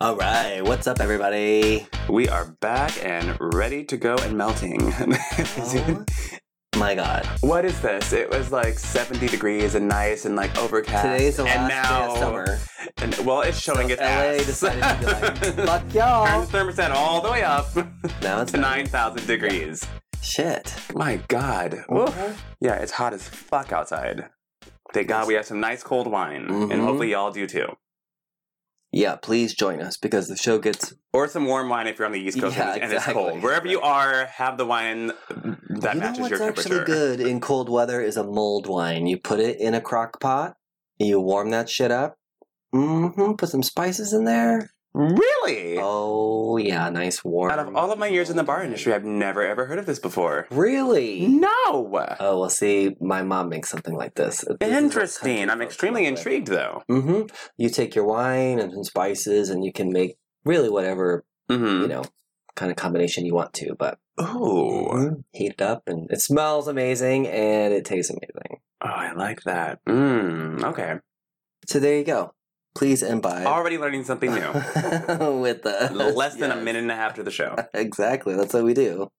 All right, what's up, everybody? We are back and ready to go and melting. Oh. My God, what is this? It was like 70 degrees and nice and like overcast. today's the and last now, day of summer. And, well, it's showing So its LA ass. decided to be like, fuck Turn the y'all. thermostat all the way up to Now it's not. 9,000 degrees. Shit. My God. Woo. Yeah, it's hot as fuck outside. Thank God we have some nice cold wine, and Mhm. hopefully y'all do too. Yeah, please join us because the show gets. Or some warm wine if you're on the East Coast Yeah, and, it's- and exactly. it's cold. Wherever you are, have the wine that you know matches what's your temperature. actually good in cold weather is a mulled wine. You put it in a crock pot, you warm that shit up. Mm-hmm. Put some spices in there. Really? Oh yeah, nice warm. Out of all of my years in the bar industry, I've never ever heard of this before. really? No! Oh well, see, my mom makes something like this. Interesting. I'm extremely intrigued though. hmm You take your wine and some spices, and you can make really whatever you Mm-hmm. know kind of combination you want to. But Oh, Mhm. heat it up, and it smells amazing, and it tastes amazing. oh, I like that. Mm, okay. So there you go. Please imbibe. Already learning something new. with the Less than a Yes. minute and a half to the show. Exactly. That's what we do.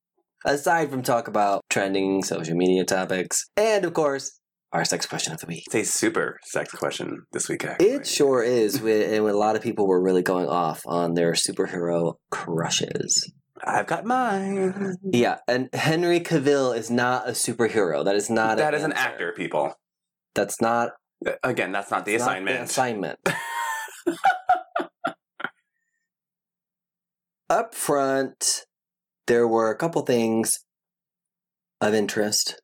Aside from talk about trending social media topics, and of course, our sex question of the week. It's a super sex question this week, actually. It sure is, we- and a lot of people were really going off on their superhero crushes. I've got mine. Yeah, and Henry Cavill is not a superhero. That is not. That is an answer. actor, people. That's not Again, that's not the it's not assignment. assignment. Up front, there were a couple things of interest,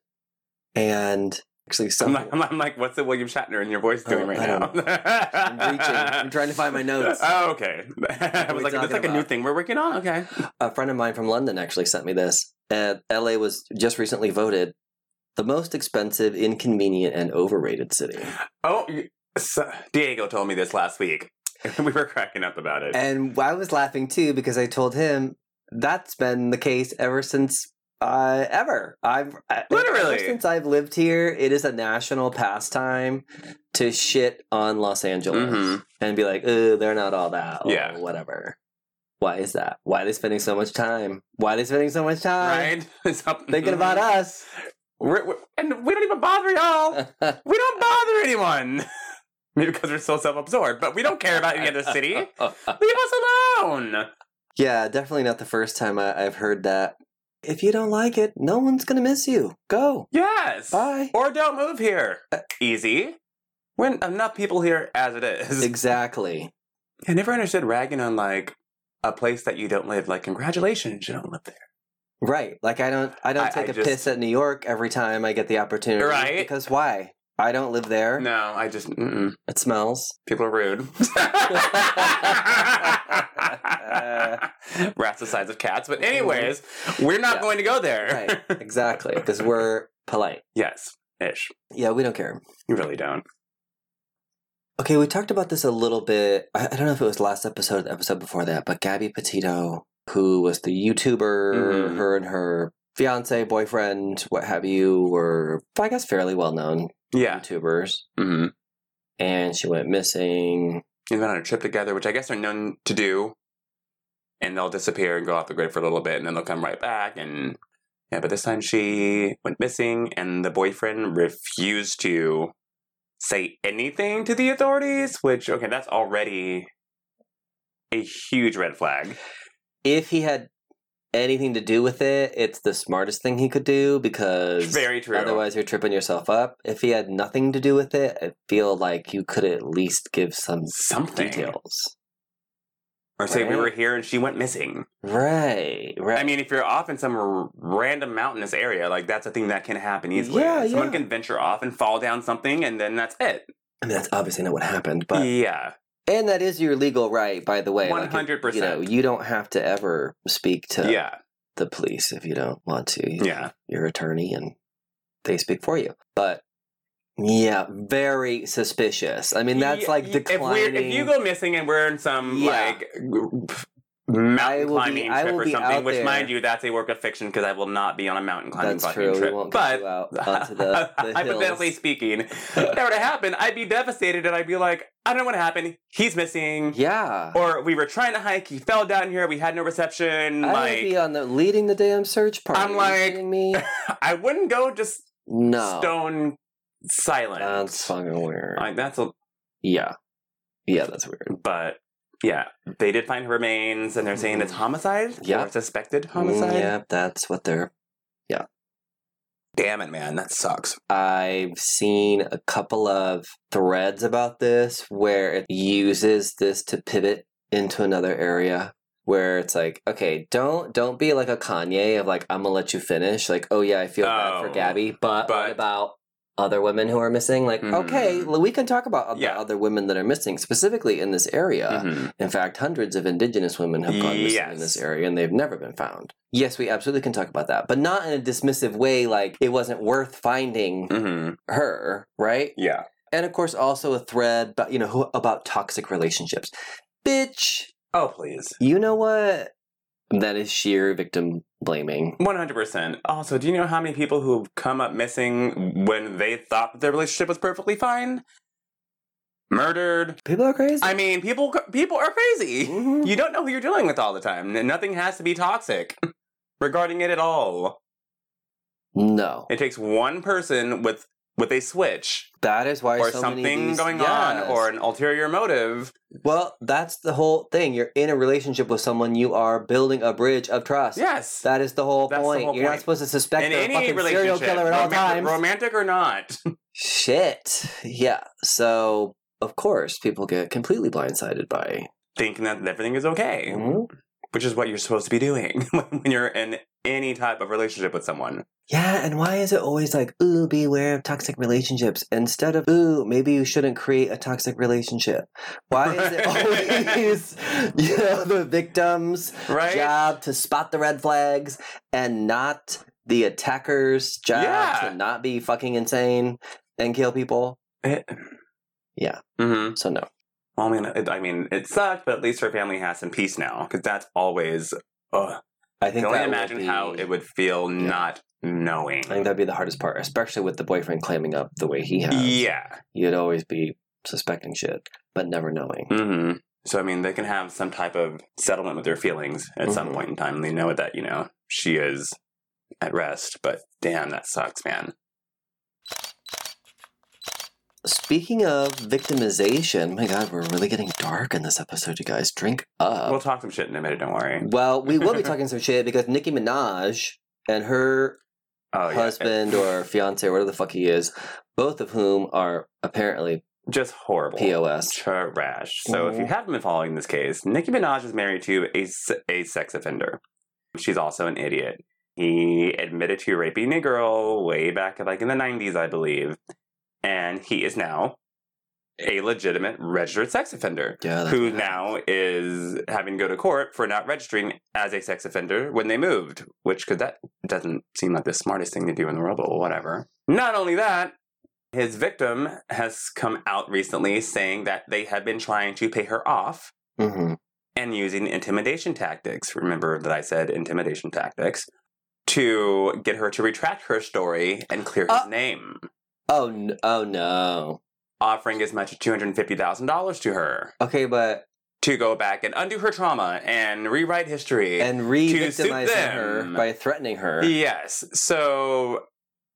and actually, I'm, some. like, I'm, like- I'm like, what's the William Shatner in your voice Oh, doing right I now? don't I'm reaching. I'm trying to find my notes. Oh, okay. I are we was like, that's talking like a new about? thing we're working on. Okay. A friend of mine from London actually sent me this. Uh, LA was just recently voted the most expensive, inconvenient, and overrated city. Oh, you- so- Diego told me this last week. we were cracking up about it. And I was laughing too because I told him that's been the case ever since uh, ever. I've I- Literally. ever since I've lived here. It is a national pastime to shit on Los Angeles Mhm. and be like, "Ugh, they're not all that." or Yeah. whatever. Why is that? Why are they spending so much time? Why are they spending so much time right? Mm-hmm. It's up- uh, thinking about us? Uh. We're, we're- and we don't even bother y'all. We don't bother anyone. Maybe because we're so self absorbed, but we don't care about any other city. Leave us alone. yeah, definitely not the first time I- I've heard that. If you don't like it, no one's gonna miss you. Go. Yes. Bye. Uh. Or don't move here. Easy. When enough people here as it is. Exactly. I never understood ragging on like a place that you don't live. Like, congratulations, you don't live there. Right. Like I don't I don't I- take I a just- piss at New York every time I get the opportunity. Right. Because why? I don't live there. No, I just mm-mm. It smells. people are rude. Rats the size of cats, but anyways, we're not Yeah. going to go there. Right. exactly. Because we're polite. yes, ish. Yeah, we don't care. You really don't. Okay, we talked about this a little bit. I, I don't know if it was last episode or the episode before that, but Gabby Petito, who was the YouTuber, Mhm. her and her fiance, boyfriend, what have you, were I guess fairly well known Yeah. YouTubers. Mm-hmm. And she went missing. They went on a trip together, which I guess they're known to do, and they'll disappear and go off the grid for a little bit, and then they'll come right back. And yeah, but this time she went missing, and the boyfriend refused to say anything to the authorities. Which okay, that's already a huge red flag. if he had anything to do with it, it's the smartest thing he could do because Very true. otherwise you're tripping yourself up. If he had nothing to do with it, I feel like you could at least give some Something. details. Or say we Right. were here and she went missing. Right, right. I mean, if you're off in some r- random mountainous area, like that's a thing that can happen easily. Yeah, Someone yeah. can venture off and fall down something, and then that's it. I mean, that's obviously not what happened, but yeah. and that is your legal right, by the way. Like, it- 100%. You know, you don't have to ever speak to Yeah. the police if you don't want to. You Yeah. your attorney and they speak for you. But yeah, very suspicious. I mean, that's Yeah, like y- if we're- declining. If, you go missing and we're in some Yeah. like g- I mountain will be- climbing I trip will or be out something, which, there. mind you, that's a work of fiction because I will not be on a mountain climbing That's fucking true. trip. We won't get but you out onto the, the hypothetically hills. speaking, if that were to happen, I'd be devastated and I'd be like, I don't know what happened. He's missing. Yeah. Or we were trying to hike, he fell down here, we had no reception. I like would be on the leading the damn search party. I'm Are you like- kidding me? I wouldn't go just No. stone silent. That's fucking weird. like that's a yeah. Yeah, that's weird. but yeah, they did find her remains and they're saying it's homicide. Yeah. Or suspected homicide. Mm, yeah, that's what they're Damn it, man, that sucks. I've seen a couple of threads about this where it uses this to pivot into another area where it's like, okay, don't don't be like a Kanye of like I'm gonna let you finish. Like, oh yeah, I feel bad for Oh, Gabby, but, what but- about other women who are missing? Like, Mhm. okay, well, we can talk about the Yeah. other women that are missing specifically in this area. Mhm. In fact, hundreds of indigenous women have gone missing in Yes. this area and they've never been found. Yes, we absolutely can talk about that, but not in a dismissive way like it wasn't worth finding Mhm. her, right? Yeah. And of course also a thread about, you know, who- about toxic relationships. Bitch, Oh please. you know what? That is sheer victim blaming. One hundred percent. Also, do you know how many people who come up missing when they thought their relationship was perfectly fine? Murdered. People are crazy. I mean, people people are crazy. Mhm. You don't know who you're dealing with all the time. N- Nothing has to be toxic regarding it at all. No. It takes one person with with a switch That is why or so many of something these- going Yes. on or an ulterior motive. Well, that's the whole thing. You're in a relationship with someone, you are building a bridge of trust. Yes. That is the whole That's the point. whole You're not point. supposed to suspect in they're a any fucking serial relationship, killer at all romantic, times. romantic or not. Shit. Yeah. So, of course, people get completely blindsided by. Thinking that everything is okay, Mhm. which is what you're supposed to be doing when you're in any type of relationship with someone. Yeah, and why is it always like, ooh, beware of toxic relationships instead of, ooh, maybe you shouldn't create a toxic relationship? Why is it always, you know, the victim's Right? job to spot the red flags and not the attacker's job Yeah. to not be fucking insane and kill people? Mm-hmm. So, no. Well, I mean, it, I mean, it sucked, but at least her family has some peace now because that's always. Ugh. I I think can only that would imagine how be- it would feel Yeah. not knowing. I think that'd be the hardest part, especially with the boyfriend clamming up the way he has. Yeah. You'd always be suspecting shit, but never knowing. hmm So I mean, they can have some type of settlement with their feelings at some Mhm. point in time. They know that you know she is at rest, but damn, that sucks, man. Speaking of victimization, my God, we're really getting dark in this episode, you guys. Drink up. we'll talk some shit in a minute. Don't worry. well, we will be talking some shit because Nicki Minaj and her Oh, yeah. husband or fiance, whatever the fuck he is, both of whom are apparently just horrible. POS. Trash. So if you Mhm. haven't been following this case, Nicki Minaj is married to a, s- a sex offender. She's also an idiot. He admitted to raping a girl way back, like in the 90s, I believe. And he is now a legitimate registered sex offender. Yeah, Oh, that's who what happened. now is having to go to court for not registering as a sex offender when they moved, which could that doesn't seem like the smartest thing to do in the world, but whatever. Not only that, his victim has come out recently saying that they have been trying to pay her off Mhm. and using intimidation tactics. Remember that I said intimidation tactics to get her to retract her story and clear his Uh- name, Oh, n- oh no. offering as much as $250,000 to her Okay, but to go back and undo her trauma and rewrite history. and re-victimizing them. her by threatening her. Yes. So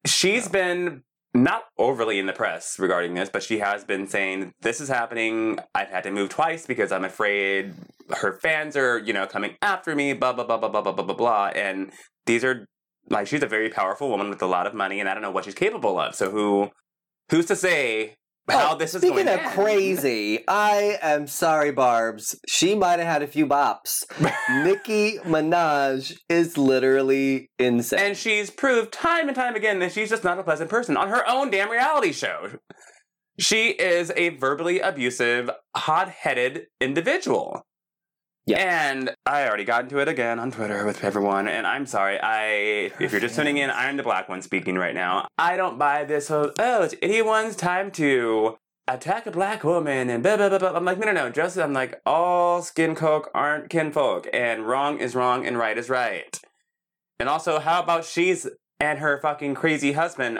she's been not overly in the press regarding this, but she has been saying this is happening. I've had to move twice because I'm afraid her fans are, you know, coming after me, blah blah blah blah blah blah blah blah blah. And these are like she's a very powerful woman with a lot of money and I don't know what she's capable of. So who who's to say how Oh, this is Speaking going of to end? crazy, I am sorry, Barb's. She might have had a few bops. Nicki Minaj is literally insane. And she's proved time and time again that she's just not a pleasant person on her own damn reality show. She is a verbally abusive, hot headed individual. Yeah. And I already got into it again on Twitter with everyone, and I'm sorry. I, if you're just tuning in, I'm the black one speaking right now. I don't buy this whole. Oh, it's anyone's time to attack a black woman and blah, blah, blah, blah. I'm like, no, no, no. Just, I'm like, all skin folk aren't kinfolk, and wrong is wrong and right is right. And also, how about she's and her fucking crazy husband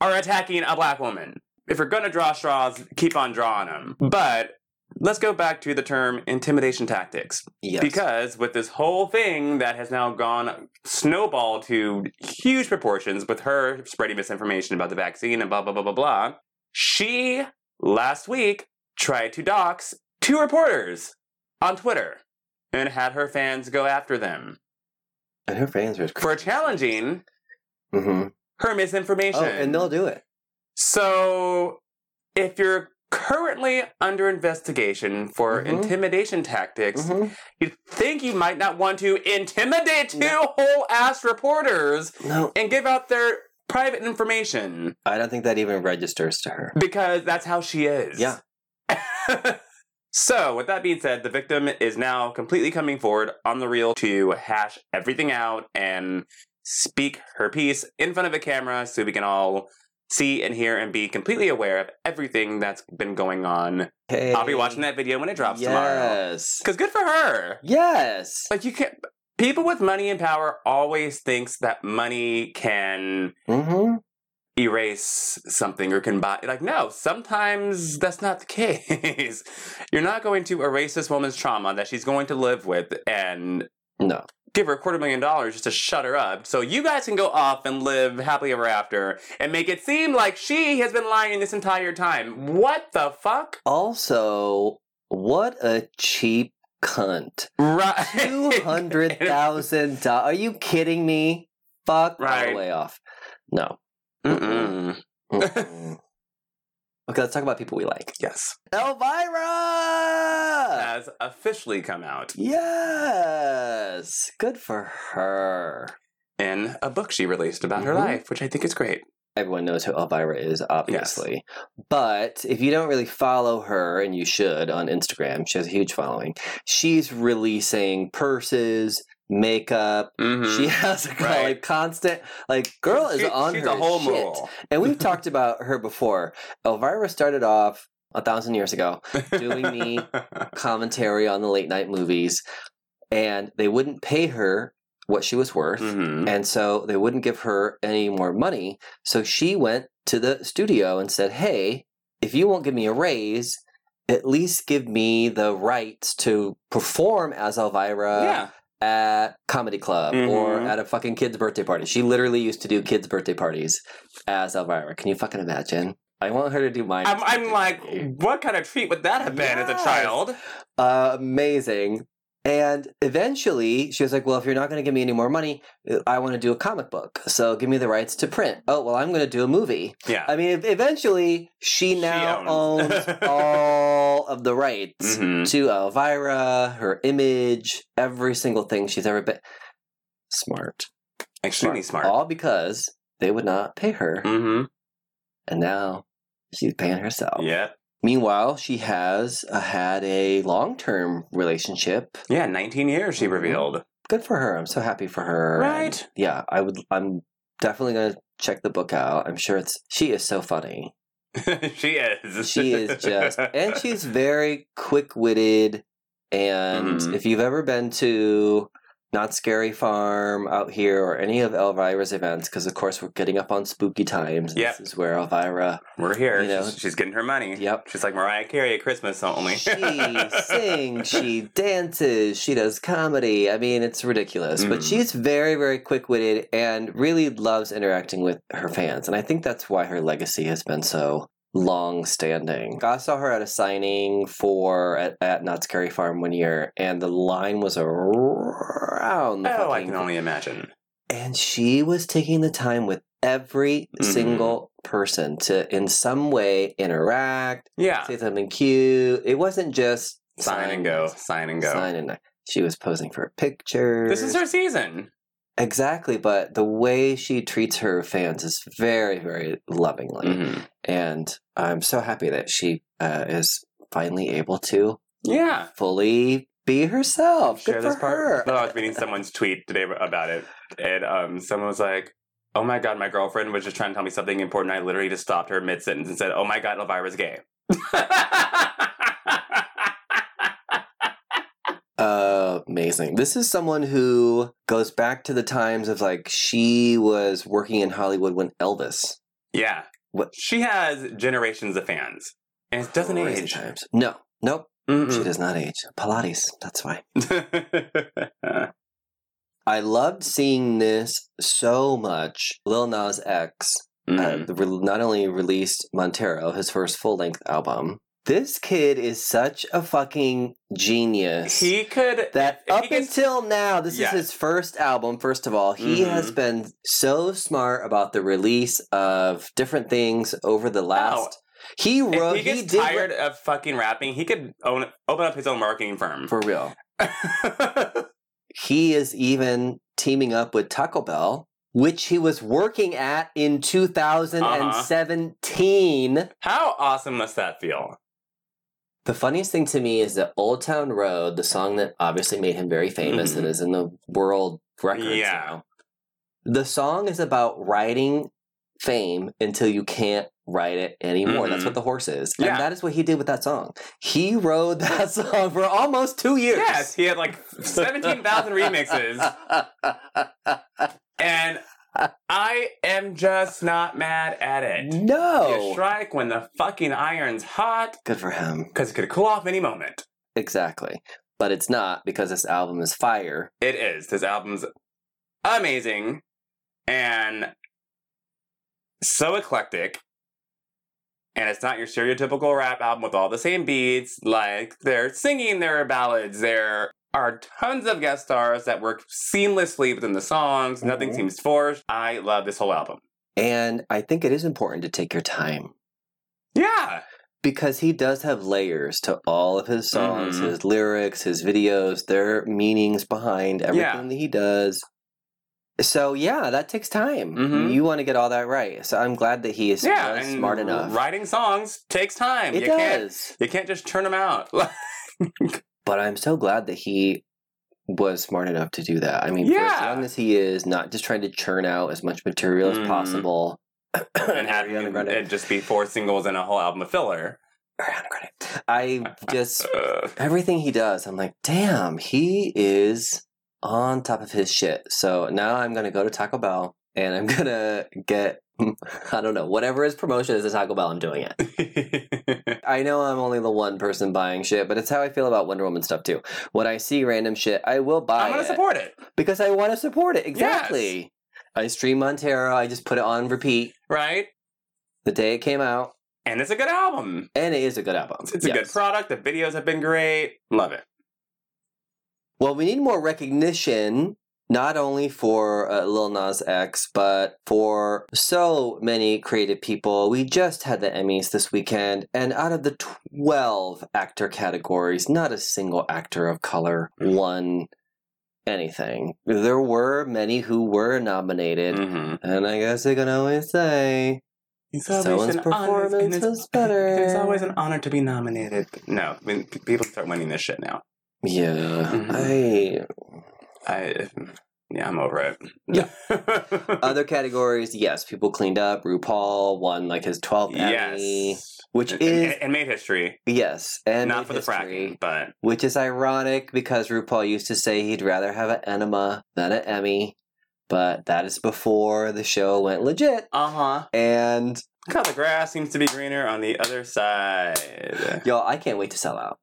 are attacking a black woman? If you're gonna draw straws, keep on drawing them. But let's go back to the term intimidation tactics. Yes. Because with this whole thing that has now gone snowball to huge proportions with her spreading misinformation about the vaccine and blah, blah, blah, blah, blah, she last week tried to dox two reporters on Twitter and had her fans go after them and her fans are for challenging mm-hmm. hmm her misinformation. Oh, and they'll do it. So, if you're currently under investigation for Mhm. intimidation tactics, Mhm. you think you might not want to intimidate two No. whole ass reporters No, and give out their private information I don't think that even registers to her. because that's how she is. Yeah. so, with that being said, the victim is now completely coming forward on the reel to hash everything out and speak her piece in front of a camera so we can all see and hear and be completely aware of everything that's been going on. Hey. I'll be watching that video when it drops tomorrow. yes. Because good for her. Yes. Like, you can't. People with money and power always thinks that money can hmm erase something or can buy like no sometimes that's not the case you're not going to erase this woman's trauma that she's going to live with and No. give her a quarter million dollars just to shut her up so you guys can go off and live happily ever after and make it seem like she has been lying this entire time what the fuck Also, what a cheap cunt. right Two hundred thousand dollars. Are you kidding me? Fuck all Right. the way off. No. Mm-mm. Mm-mm. okay, let's talk about people we like. yes Elvira. has officially come out Yes. Good for her. in a book she released about her Mhm. life which i think is great everyone knows who Elvira is, obviously. But if you don't really follow her, and you should on Instagram, she has a huge following. She's releasing purses, makeup. Mhm. She has a Right. like, constant like girl is She- on she's her a whole shit. mule. And we've talked about her before. Elvira started off a thousand years ago doing me commentary on the late night movies, and they wouldn't pay her what she was worth. Mhm. And so they wouldn't give her any more money. So she went to the studio and said, Hey, if you won't give me a raise, at least give me the rights to perform as Elvira yeah. at comedy club or Mhm. at a fucking kid's birthday party. She literally used to do kids' birthday parties as Elvira. Can you fucking imagine? I want her to do mine. I'm, I'm like, what kind of treat would that have been as a Yes. child? uh, amazing. And eventually she was like, Well, if you're not going to give me any more money, I want to do a comic book. So give me the rights to print. Oh, well, I'm going to do a movie. Yeah. I mean, ev- eventually she She now owns. owns, all of the rights Mhm. to Elvira, her image, every single thing she's ever been. Smart. Extremely smart. All because they would not pay her. Mm-hmm. And now she's paying herself. Yeah. Meanwhile, she has uh, had a long term relationship Yeah, 19 years she Mhm. revealed. good for her. I'm so happy for her. Right. And, yeah, I would. I'm definitely gonna check the book out. I'm sure it's. She is so funny. she is. She is just, and she's very quick witted. And Mhm. if you've ever been to Not Scary Farm out here or any of Elvira's events, because of course we're getting up on spooky times. and Yep. This is where Elvira. We're here. you know. she's, she's getting her money. Yep. She's like Mariah Carey at Christmas only. she sings, she dances, she does comedy. I mean, it's ridiculous. Mhm. But she's very, very quick witted and really loves interacting with her fans. And I think that's why her legacy has been so long standing. I saw her at a signing for at, at Knott's Scary Farm one year, and the line was around the Oh, I fucking- can only imagine. and she was taking the time with every Mhm. single person to in some way interact Yeah. say something cute. It wasn't just Sign and go. Sign and go. Sign and she was posing for a picture. This is her season. exactly, but the way she treats her fans is very, very lovingly, Mhm. and I'm so happy that she uh, is finally able to Yeah. fully be herself. Oh, Good share this for part? her. No, I was reading someone's tweet today about it, and um, someone was like, "Oh my god, my girlfriend was just trying to tell me something important. I literally just stopped her mid sentence and said, "Oh my god, Elvira's gay." Uh, amazing. This is someone who goes back to the times of like she was working in Hollywood when Elvis. yeah. What- She has generations of fans. And it doesn't Crazy age. Times. No, nope. She Mm-mm. does not age. Pilates. That's why. I loved seeing this so much. Lil Nas X Mm. uh, re- not only released Montero, his first full length album. This kid is such a fucking genius. he could. that if he up gets- until now, this Yeah. is his first album. First of all, he Mhm. has been so smart about the release of different things over the last. He wrote. If he gets did tired of fucking rapping, he could own open up his own marketing firm. for real. He is even teaming up with Taco Bell, which he was working at Uh-huh. in 2017. How awesome must that feel? The funniest thing to me is that Old Town Road, the song that obviously made him very famous Mhm. and is in the world records Yeah. now. The song is about writing fame until you can't write it anymore. That's Mhm. what the horse is. Yeah. And that is what he did with that song. He rode that song for almost two years. Yes, he had like seventeen thousand remixes, and I am just not mad at it. You no. strike when the fucking iron's hot, Good for him. because it could cool off any moment. Exactly. But it's not because this album is fire. It is. This album's amazing and so eclectic. And it's not your stereotypical rap album with all the same beats. Like, they're singing their ballads. There are tons of guest stars that work seamlessly within the songs. Nothing Mhm. seems forced. I love this whole album. And I think it is important to take your time. Yeah. because he does have layers to all of his songs, Mhm. his lyrics, his videos, their meanings behind everything Yeah. that he does. So yeah, that takes time. Mhm. You want to get all that right. So I'm glad that he is Yeah. was and smart enough. Writing songs takes time. It you can't does. you can't just turn them out. But I'm so glad that he was smart enough to do that. I mean, for as Yeah. young as he is, not just trying to churn out as much material as Mhm. possible. and have Ariana Grande. it just be four singles and a whole album of filler. Ariana Grande. I just Ugh. everything he does, I'm like, damn, he is on top of his shit. So now I'm gonna go to Taco Bell and I'm gonna get I don't know, whatever his promotion is at Taco Bell, I'm doing it. I know I'm only the one person buying shit, but it's how I feel about Wonder Woman stuff too. When I see random shit, I will buy I'm gonna it support it, because I want to support it. Exactly. I stream Montero. I just put it on repeat right? the day it came out, And it's a good album. and it is a good album. It's, it's a good Yes. product. The videos have been great. Love it. Well, we need more recognition, not only for uh, Lil Nas X, but for so many creative people. We just had the Emmys this weekend, and out of the 12 actor categories, not a single actor of color won anything. There were many who were nominated, Mm-hmm. and I guess I can always say someone's performance was better. It's always an honor to be nominated. No, I mean, p- people start winning this shit now. Yeah. I. I, yeah, I'm over it. Yeah. Other categories, yes, people cleaned up. RuPaul won like his 12th Emmy. yes, which and, is and, and made history. yes, and Not for the history, fracking, but which is ironic because RuPaul used to say he'd rather have an enema than an Emmy, but that is before the show went legit. uh Uh-huh. huh. And God, the grass seems to be greener on the other side. y'all, I can't wait to sell out.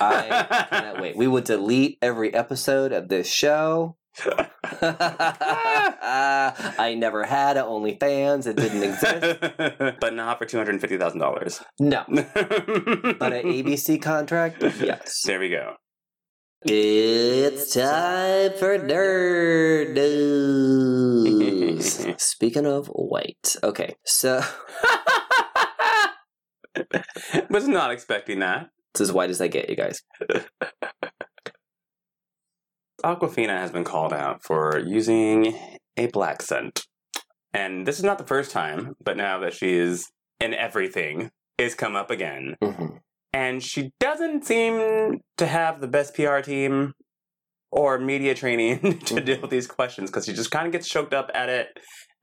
I cannot wait. We will delete every episode of this show. I never had a OnlyFans; it didn't exist. but not for two hundred and fifty thousand dollars. No, But but an ABC contract, yes. There we go. It's time for nerd news. Speaking of white, okay, so Was not expecting that. it's as white as I get, you guys. Aquafina has been called out for using a black scent, and this is not the first time. But now that she is in everything, is come up again, Mhm. and she doesn't seem to have the best PR team or media training to deal with these questions because she just kind of gets choked up at it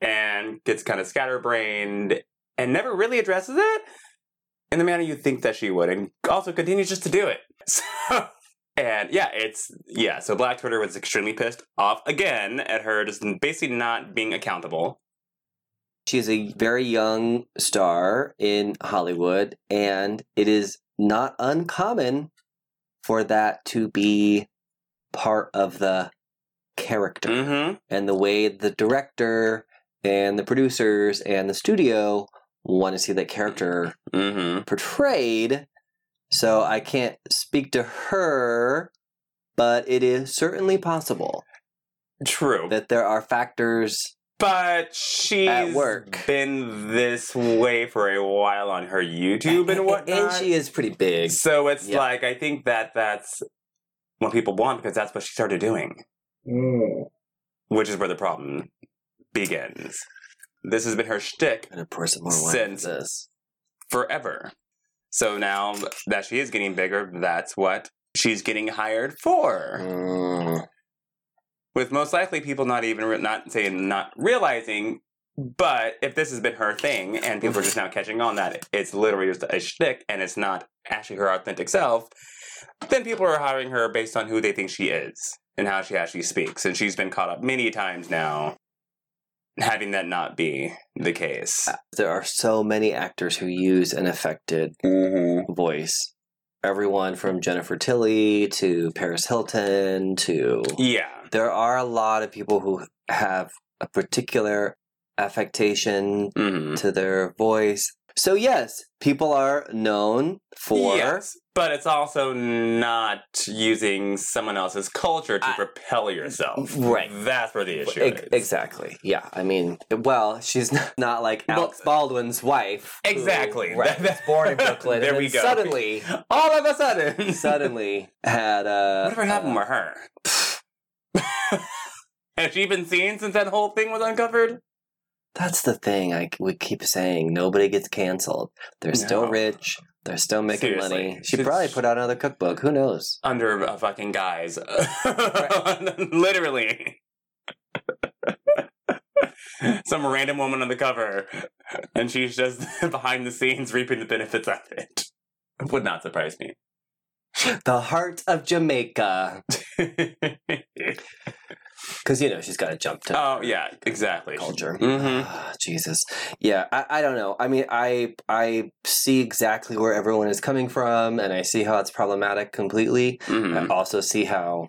and gets kind of scatterbrained and never really addresses it. in the manner you'd think that she would, and also continues just to do it. So, and yeah, it's yeah. So Black Twitter was extremely pissed off again at her just basically not being accountable. She's a very young star in Hollywood, and it is not uncommon for that to be part of the character Mm-hmm. and the way the director and the producers and the studio want to see that character Mm-hmm. portrayed. So I can't speak to her, but it is certainly possible True. that there are factors. But she's At work. been this way for a while on her YouTube and whatnot. And she is pretty big. so it's Yeah. like I think that that's what people want because that's what she started doing, which is where the problem begins. This has been her shtick And of course, more wine Since- than this. forever. So now that she is getting bigger, that's what she's getting hired for. Mm. with most likely people not even re- not saying not realizing. But if this has been her thing and people are just now catching on that it's literally just a shtick and it's not actually her authentic self, then people are hiring her based on who they think she is and how she actually speaks. And she's been caught up many times now having that not be the case. There are so many actors who use an affected Mm-hmm. voice. Everyone from Jennifer Tilly to Paris Hilton to. Yeah. There are a lot of people who have a particular affectation Mm-hmm. to their voice. So yes, people are known for Yes, but it's also not using someone else's culture to I- propel yourself. Right. That's where the issue Ex- is. exactly. Yeah, I mean, well, she's not, not like Well- Alex Baldwin's wife. who- Exactly. right, That- that- was born in Brooklyn. There and we then go. Suddenly, All of a sudden. suddenly had uh, Whatever happened uh, with her? Has she been seen since that whole thing was uncovered? that's the thing. I we keep saying nobody gets canceled. They're still No. rich. They're still making Seriously. money. She She's- probably put out another cookbook. Who knows? Under a fucking guise. Literally. Some random woman on the cover, and she's just behind the scenes reaping the benefits of it. Would not surprise me. The heart of Jamaica, because you know she's got to jump to oh, yeah, exactly. culture. Mm-hmm. Ah, Jesus. Yeah, I, I don't know. I mean, I I see exactly where everyone is coming from, and I see how it's problematic completely. mm-hmm. I also see how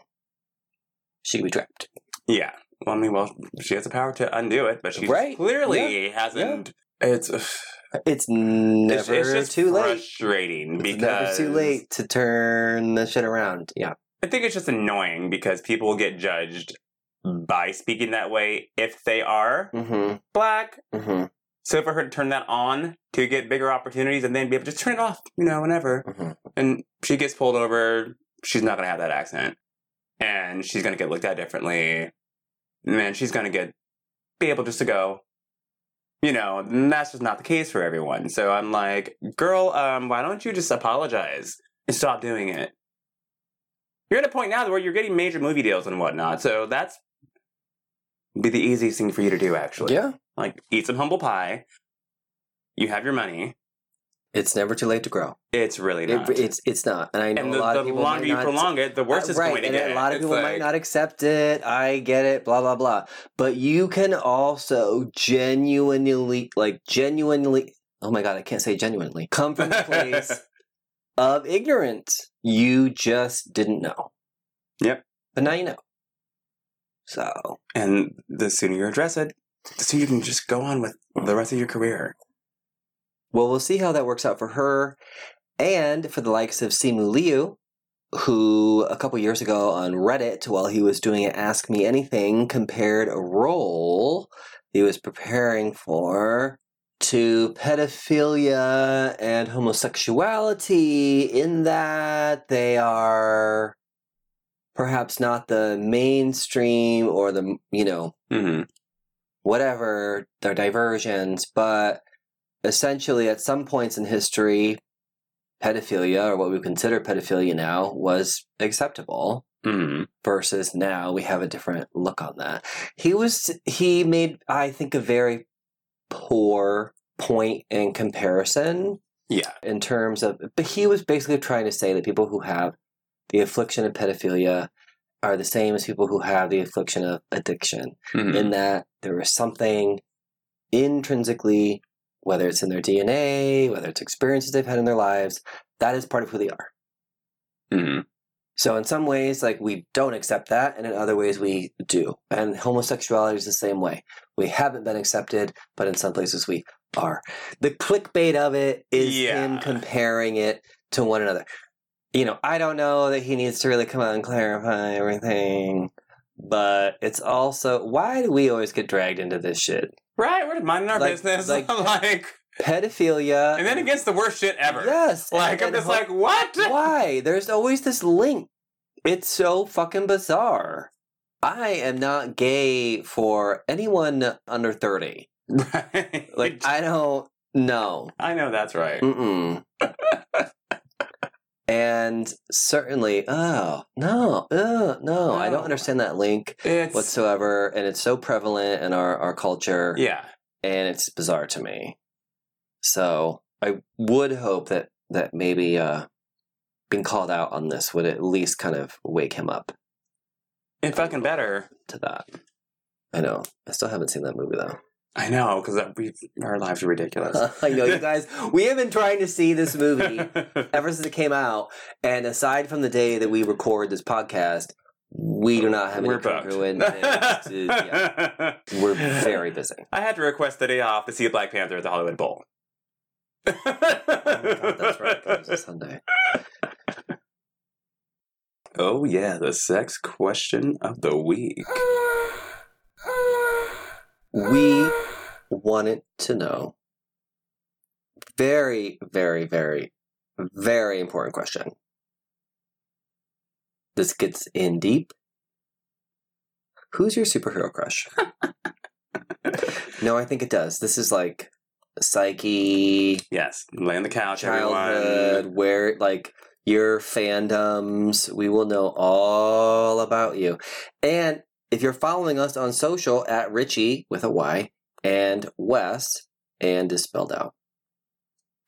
she could be trapped. Yeah. Well, I mean, well, she has the power to undo it, but she Right. clearly hasn't. It's, it's It's never it's just too late. frustrating It's never because too late to turn the shit around. Yeah. I think it's just annoying because people get judged Mm. by speaking that way if they are Mm-hmm. black. Mm-hmm. So for her to turn that on to get bigger opportunities and then be able to just turn it off, you know, whenever, mm-hmm. and she gets pulled over, she's not gonna have that accent, and she's gonna get looked at differently, and she's gonna get be able just to go, you know, and that's just not the case for everyone. So I'm like, girl, um, why don't you just apologize and stop doing it? You're at a point now where you're getting major movie deals and whatnot, so that's be the easiest thing for you to do actually. Yeah. Like eat some humble pie. You have your money. It's never too late to grow. It's really It, not. it's it's not, and I know and a the, lot the of people longer might you not Uh, prolong it, the worse it's right, going to and get. a lot of It's people might like- not accept it. I get it, blah blah blah. But you can also genuinely, like genuinely, oh my god, I can't say genuinely, come from a place of ignorance. You just didn't know. Yep. But now you know. So and the sooner you address it, the sooner you can just go on with the rest of your career. Well, we'll see how that works out for her and for the likes of Simu Liu, who a couple years ago on Reddit, while he was doing an Ask Me Anything, compared a role he was preparing for to pedophilia and homosexuality, in that they are perhaps not the mainstream or the, you know, Mm-hmm. whatever their diversions, but essentially at some points in history, pedophilia or what we consider pedophilia now was acceptable Mm-hmm. versus now we have a different look on that. He was he made I think a very poor point in comparison Yeah. in terms of but he was basically trying to say that people who have the affliction of pedophilia are the same as people who have the affliction of addiction Mhm. in that there is something intrinsically whether it's in their dna whether it's experiences they've had in their lives that is part of who they are Mhm. so in some ways like we don't accept that and in other ways we do and homosexuality is the same way we haven't been accepted but in some places we are the clickbait of it is Yeah. him comparing it to one another you know i don't know that he needs to really come out and clarify everything but it's also why do we always get dragged into this shit Right, we're minding our Like- business. like- Like, pedophilia and then it gets the worst shit ever. yes Like, I'm and just ho- like, what? why? There's always this link. It's so fucking bizarre. I am not gay for anyone under 30. Right. Like, I don't know. I know that's right. Mm-mm. and certainly, oh, no, oh, no, I No. don't understand that link It's whatsoever. And it's so prevalent in our, our culture. yeah. And it's bizarre to me. So I would hope that, that maybe uh, being called out on this would at least kind of wake him up. It fucking better. to that. I know. I still haven't seen that movie though. I know because we our lives are ridiculous. I know you guys. We have been trying to see this movie ever since it came out, and aside from the day that we record this podcast, we do not have any We're booked. congruent things to- yeah. We're very busy. I had to request the day off to see Black Panther at the Hollywood Bowl. Oh my god, that's right. That was a Sunday. Oh yeah, the sex question of the week. We wanted to know. Very, very, very, very important question. This gets in deep. Who's your superhero crush? no, I think it does. This is like psyche, Yes, lay on the couch, childhood, everyone. where like your fandoms. We will know all about you. And if you're following us on social at Richie with a Y and West and is spelled out,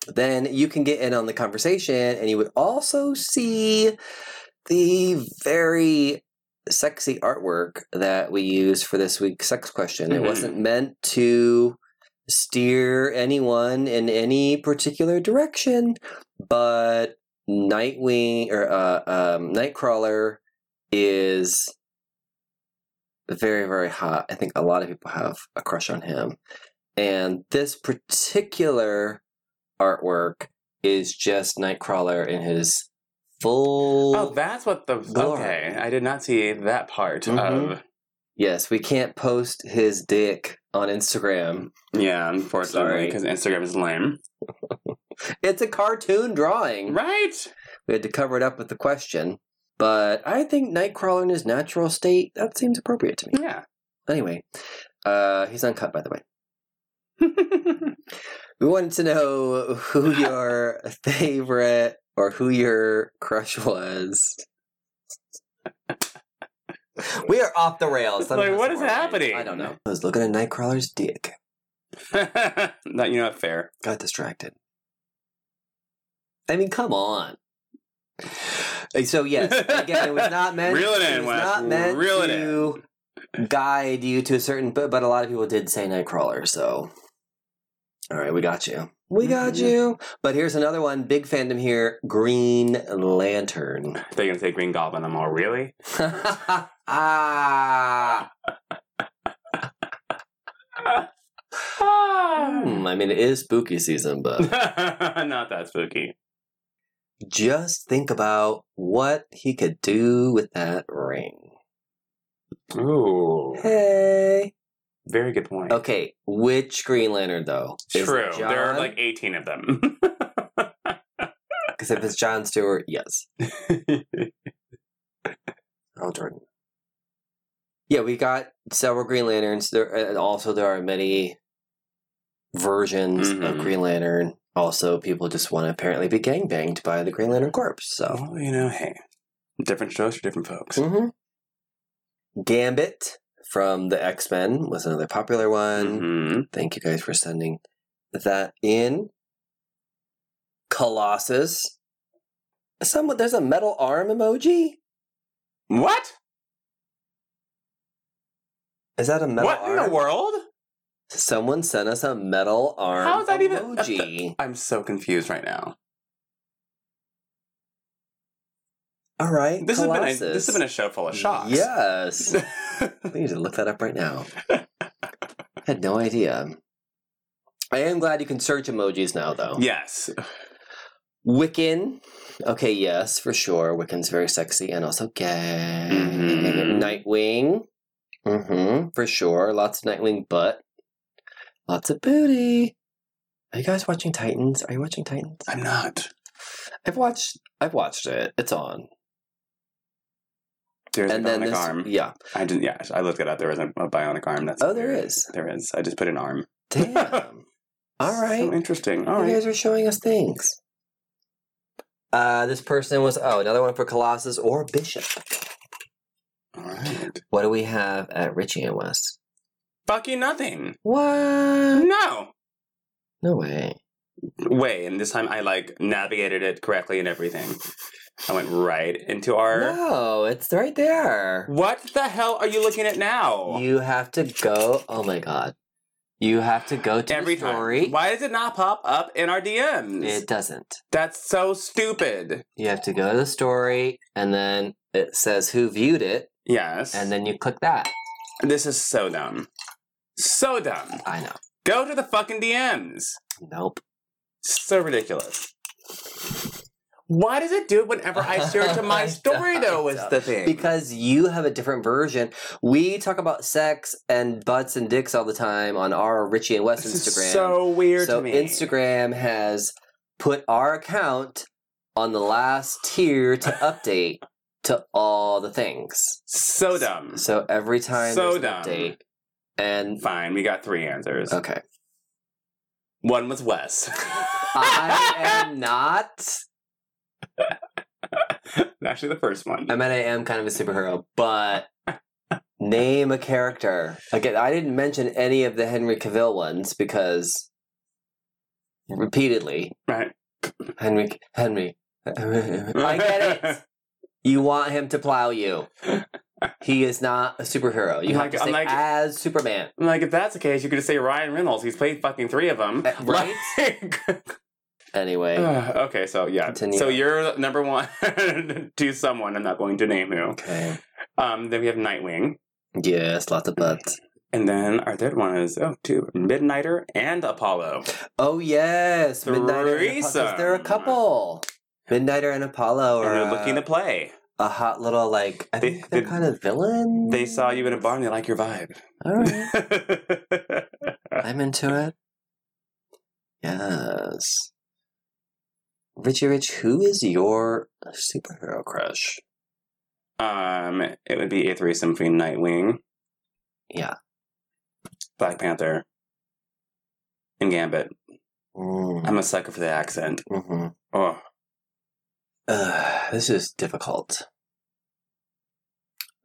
then you can get in on the conversation and you would also see the very sexy artwork that we used for this week's sex question. Mhm. It wasn't meant to steer anyone in any particular direction, but Nightwing or uh, um, Nightcrawler is very, very hot. I think a lot of people have a crush on him. And this particular artwork is just Nightcrawler in his full. Oh, that's what the Glory. okay. I did not see that part Mhm. of. yes, we can't post his dick on Instagram. Yeah, unfortunately, Sorry. because Instagram is lame. It's a cartoon drawing. Right? We had to cover it up with the question. But I think Nightcrawler in his natural state, that seems appropriate to me. Yeah. Anyway, uh, he's uncut, by the way. We wanted to know who your favorite or who your crush was. We are off the rails. Let me Like, have what some is more. happening? I don't know. I was looking at Nightcrawler's dick. not you know what? Fair. Got distracted. I mean, come on. So yes, again, it was not meant. Reel it in, was Wes. Not meant Reel it to guide you to a certain. But but a lot of people did say Nightcrawler. So, all right, we got you. We got Mhm. you. But here's another one. Big fandom here. Green Lantern. Hmm, They're gonna say Green Goblin. I'm all really. ah. Hmm, I mean, it is spooky season, but not that spooky. just think about what he could do with that ring. Ooh, Hey. very good point. Okay, which Green Lantern though? Is it True. John? There are like 18 of them. because if it's John Stewart, yes. Earl Jordan. Yeah, we got several Green Lanterns. There and also there are many versions of Mhm. Green Lantern. Also, people just want to apparently be gangbanged by the Green Lantern Corps. So, well, Oh, you know, hey, different shows for different folks. Mhm. Mm-hmm. Gambit from the X Men was another popular one. Mhm. Thank you guys for sending that in. Colossus. Someone, there's a metal arm emoji. What? Is that a metal what arm? in the world? Someone sent us a metal arm How is that even- emoji. I'm so confused right now. All right, This has Colossus. been a this has been a show full of shocks. Yes, we need to look that up right now. I had no idea. I am glad you can search emojis now, though. yes. Wiccan. Okay, yes, for sure. Wiccan's very sexy and also gay. Mhm. Nightwing. hmm for sure. Lots of Nightwing butt. Lots of booty. Are you guys watching Titans? Are you watching Titans? I'm not. I've watched I've watched it. It's on. There's a bionic this arm. Yeah. I didn't. Yeah, I looked it up. There was a, a bionic arm. That's Oh, there is. There is. I just put an arm. Damn. All So right. interesting. All You right. guys are showing us things. Uh, this person was oh another one for Colossus or Bishop. All right. What do we have at Richie and West? Fucking nothing. What? No. No way. Way. And this time I like navigated it correctly and everything. I went right into our. No, it's right there. What the hell are you looking at now? You have to go. Oh my god. You have to go to Every the story. time. Why does it not pop up in our DMs? It doesn't. That's so stupid. You have to go to the story, and then it says who viewed it, Yes. and then you click that. this is so dumb. So dumb. I know. Go to the fucking DMs. Nope. So ridiculous. Why does it do it whenever I search to I my story don't though is know. the thing. Because you have a different version. We talk about sex and butts and dicks all the time on our Richie and West this is Instagram. so weird so to me. Instagram has put our account on the last tier to update to all the things. So dumb. So every time there's So an dumb. update, and Fine, we got three answers. okay, One was Wes. I am not. Actually, the first one. I mean, I am kind of a superhero, but name a character again. I didn't mention any of the Henry Cavill ones because repeatedly, right. Henry, Henry. I get it. You want him to plow you. He is not a superhero. You I'm have like- to I'm say like- as Superman, I'm like, if that's the case, you could just say Ryan Reynolds. He's played fucking three of them. Uh, right? Uh. Anyway, okay, so yeah. Continue. So you're number one to someone. I'm not going to name who. okay. Um, then we have Nightwing. Yes, lots of butts. And then our third one is, oh, two, Midnighter and Apollo. Oh yes, Midnighter. and Apollo. 'cause They're a Threesome. couple. Midnighter and Apollo and are they're looking to uh, play. a hot little like. I They- think they, are they- kind of villains. They saw you in a bar and they like your vibe. All right, I'm into it. Yes, Richie Rich, who is your superhero crush? um, it would be a threesome between Nightwing. Yeah. Black Panther. And Gambit. Mm. I'm a sucker for the accent. hmm Oh, Uh, this is difficult.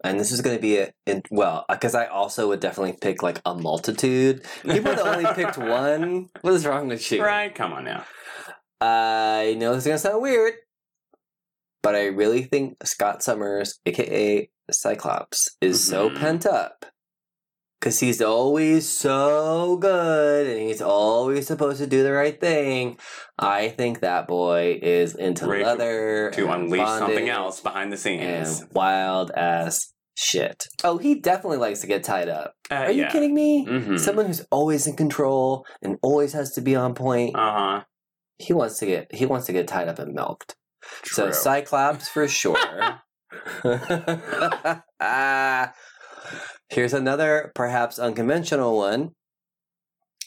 And this is going to be a, in, well, because I also would definitely pick like a multitude. People that only picked one, what is wrong with you? Right, come on now. I know this is going to sound weird, but I really think Scott Summers, aka Cyclops, is so Mhm. pent up because he's always so good and he's always supposed to do the right thing. I think that boy is into Ready to- leather To and unleash something bondage else behind the scenes. and wild ass shit. Oh, he definitely likes to get tied up. Uh, Are you yeah. kidding me? Mhm. Someone who's always in control and always has to be on point. Uh huh. He wants to get he wants to get tied up and milked. So True. Cyclops for sure. Ah. here's another perhaps unconventional one.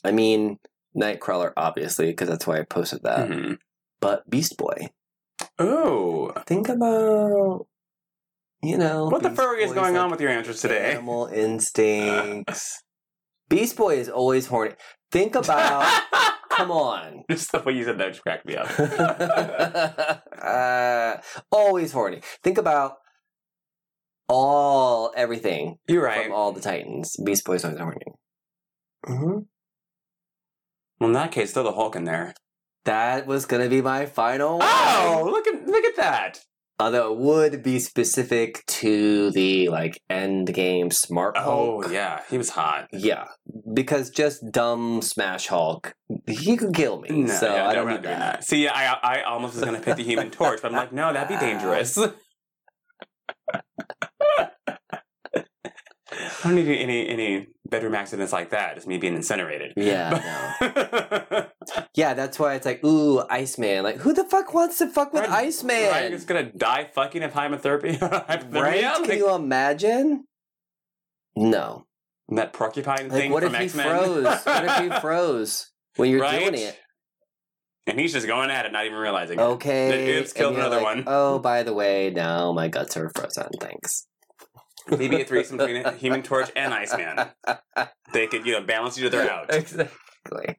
I mean, Nightcrawler obviously because that's why I posted that. Mhm. But Beast Boy, Ooh. think about you know What the Beast furry is Boy's going like on with your answers today? Animal instincts. Beast Boy is always horny. Think about. come on. Just the way you said that just cracked me up. uh, always horny. Think about all everything You're from all the Titans. Beast Boy's always horny. hmm Well, in that case, throw the Hulk in there. That was gonna be my final one. Oh, look at look at that. Although it would be specific to the like end game smart Oh, Hulk. yeah, he was hot. Yeah, because just dumb Smash Hulk, he could kill me. No, so yeah, I no, don't we're need not doing that. that. See, I I almost was gonna pick the Human Torch, but I'm like, no, that'd be dangerous. I don't need any any bedroom accidents like that. Just me being incinerated. Yeah, no. yeah. That's why it's like, ooh, Iceman. Like, who the fuck wants to fuck with Right, Iceman? I'm just gonna die fucking of hypotherapy. Right? hypothermia. Can you imagine? No. And that porcupine Like, thing what if from he X-Men. froze? What if he froze when you're Right? doing it? And he's just going at it, not even realizing. it. Okay. The oops killed and you're another like, one. Oh, by the way, now my guts are frozen. Thanks. Maybe a threesome between Human Torch and Iceman. They could, you know, balance each other out. If, Exactly.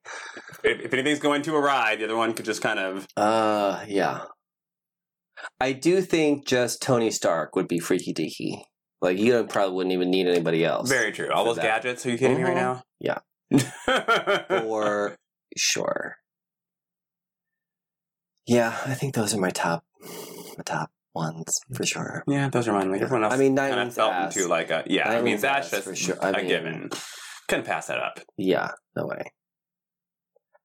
if anything's going to awry, the other one could just kind of. Uh, yeah. I do think just Tony Stark would be freaky deaky. Like you probably wouldn't even need anybody else. Very true. All For those that. gadgets. Are you kidding me right now? Yeah. or sure. Yeah, I think those are my top, my top ones for sure. yeah, those are mine. Like everyone else. I mean, kind Nightwing's of felt ass. into like a yeah. I mean, Nightwing's that's ass just for sure. I a mean- given. Couldn't pass that up. Yeah, no way.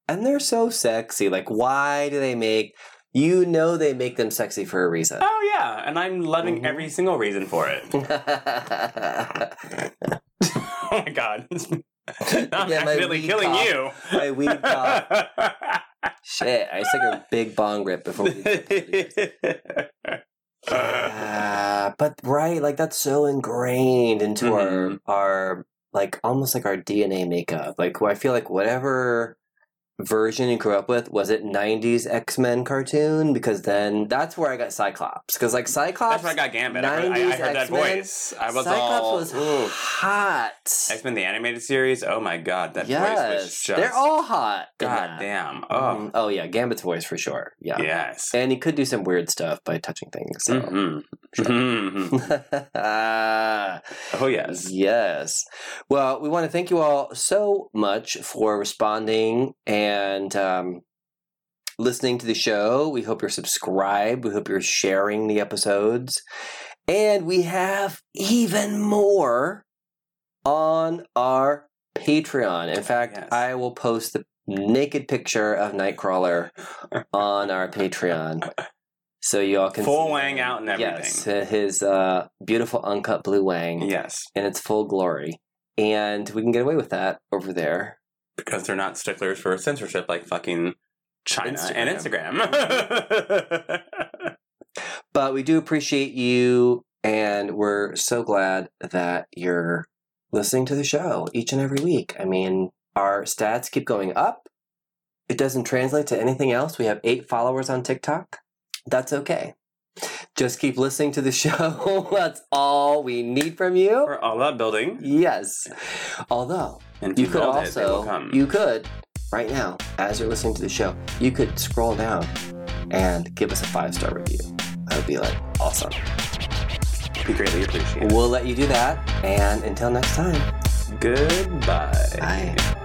And they're so sexy. Like, why do they make? You know, they make them sexy for a reason. Oh yeah, and I'm loving Mhm. every single reason for it. My oh my god, I'm Yeah, my accidentally weed killing cough. you. weed cough. Shit, I just took a big bong rip before we. Yeah, but right, like that's so ingrained into Mhm. our our like almost like our DNA makeup. Like I feel like whatever version you grew up with was it 90s X-Men cartoon because then that's where I got Cyclops because like Cyclops That's why I got Gambit. I heard, I, I 90s heard that X-Men. voice. I was Cyclops all was hot. X Men the animated series. Oh my god, that voice was Yes. just They're all hot. in god that. damn. Mhm. Oh Oh yeah, Gambit's voice for sure. Yeah. yes. And he could do some weird stuff by touching things. So. Mhm. Mhm. Ah. Oh yes. Yes. Well, we want to thank you all so much for responding and um, listening to the show. We hope you're subscribed. We hope you're sharing the episodes. And we have even more on our Patreon. In fact, Yes. I will post the naked picture of Nightcrawler on our Patreon. So you all can Full see wang out and everything. Yes, his uh, beautiful uncut blue wang Yes. in its full glory, and we can get away with that over there. Because they're not sticklers for censorship like fucking China and Instagram. Instagram. But we do appreciate you, and we're so glad that you're listening to the show each and every week. I mean, our stats keep going up. It doesn't translate to anything else. We have eight followers on TikTok. That's okay. Just keep listening to the show. That's all we need from you. We're all about building. Yes. Although, And if You could build it, they will also, come. you could, right now, as you're listening to the show, you could scroll down and give us a five star review. That would be like awesome. be greatly appreciated. We'll let you do that. And until next time, Goodbye. bye.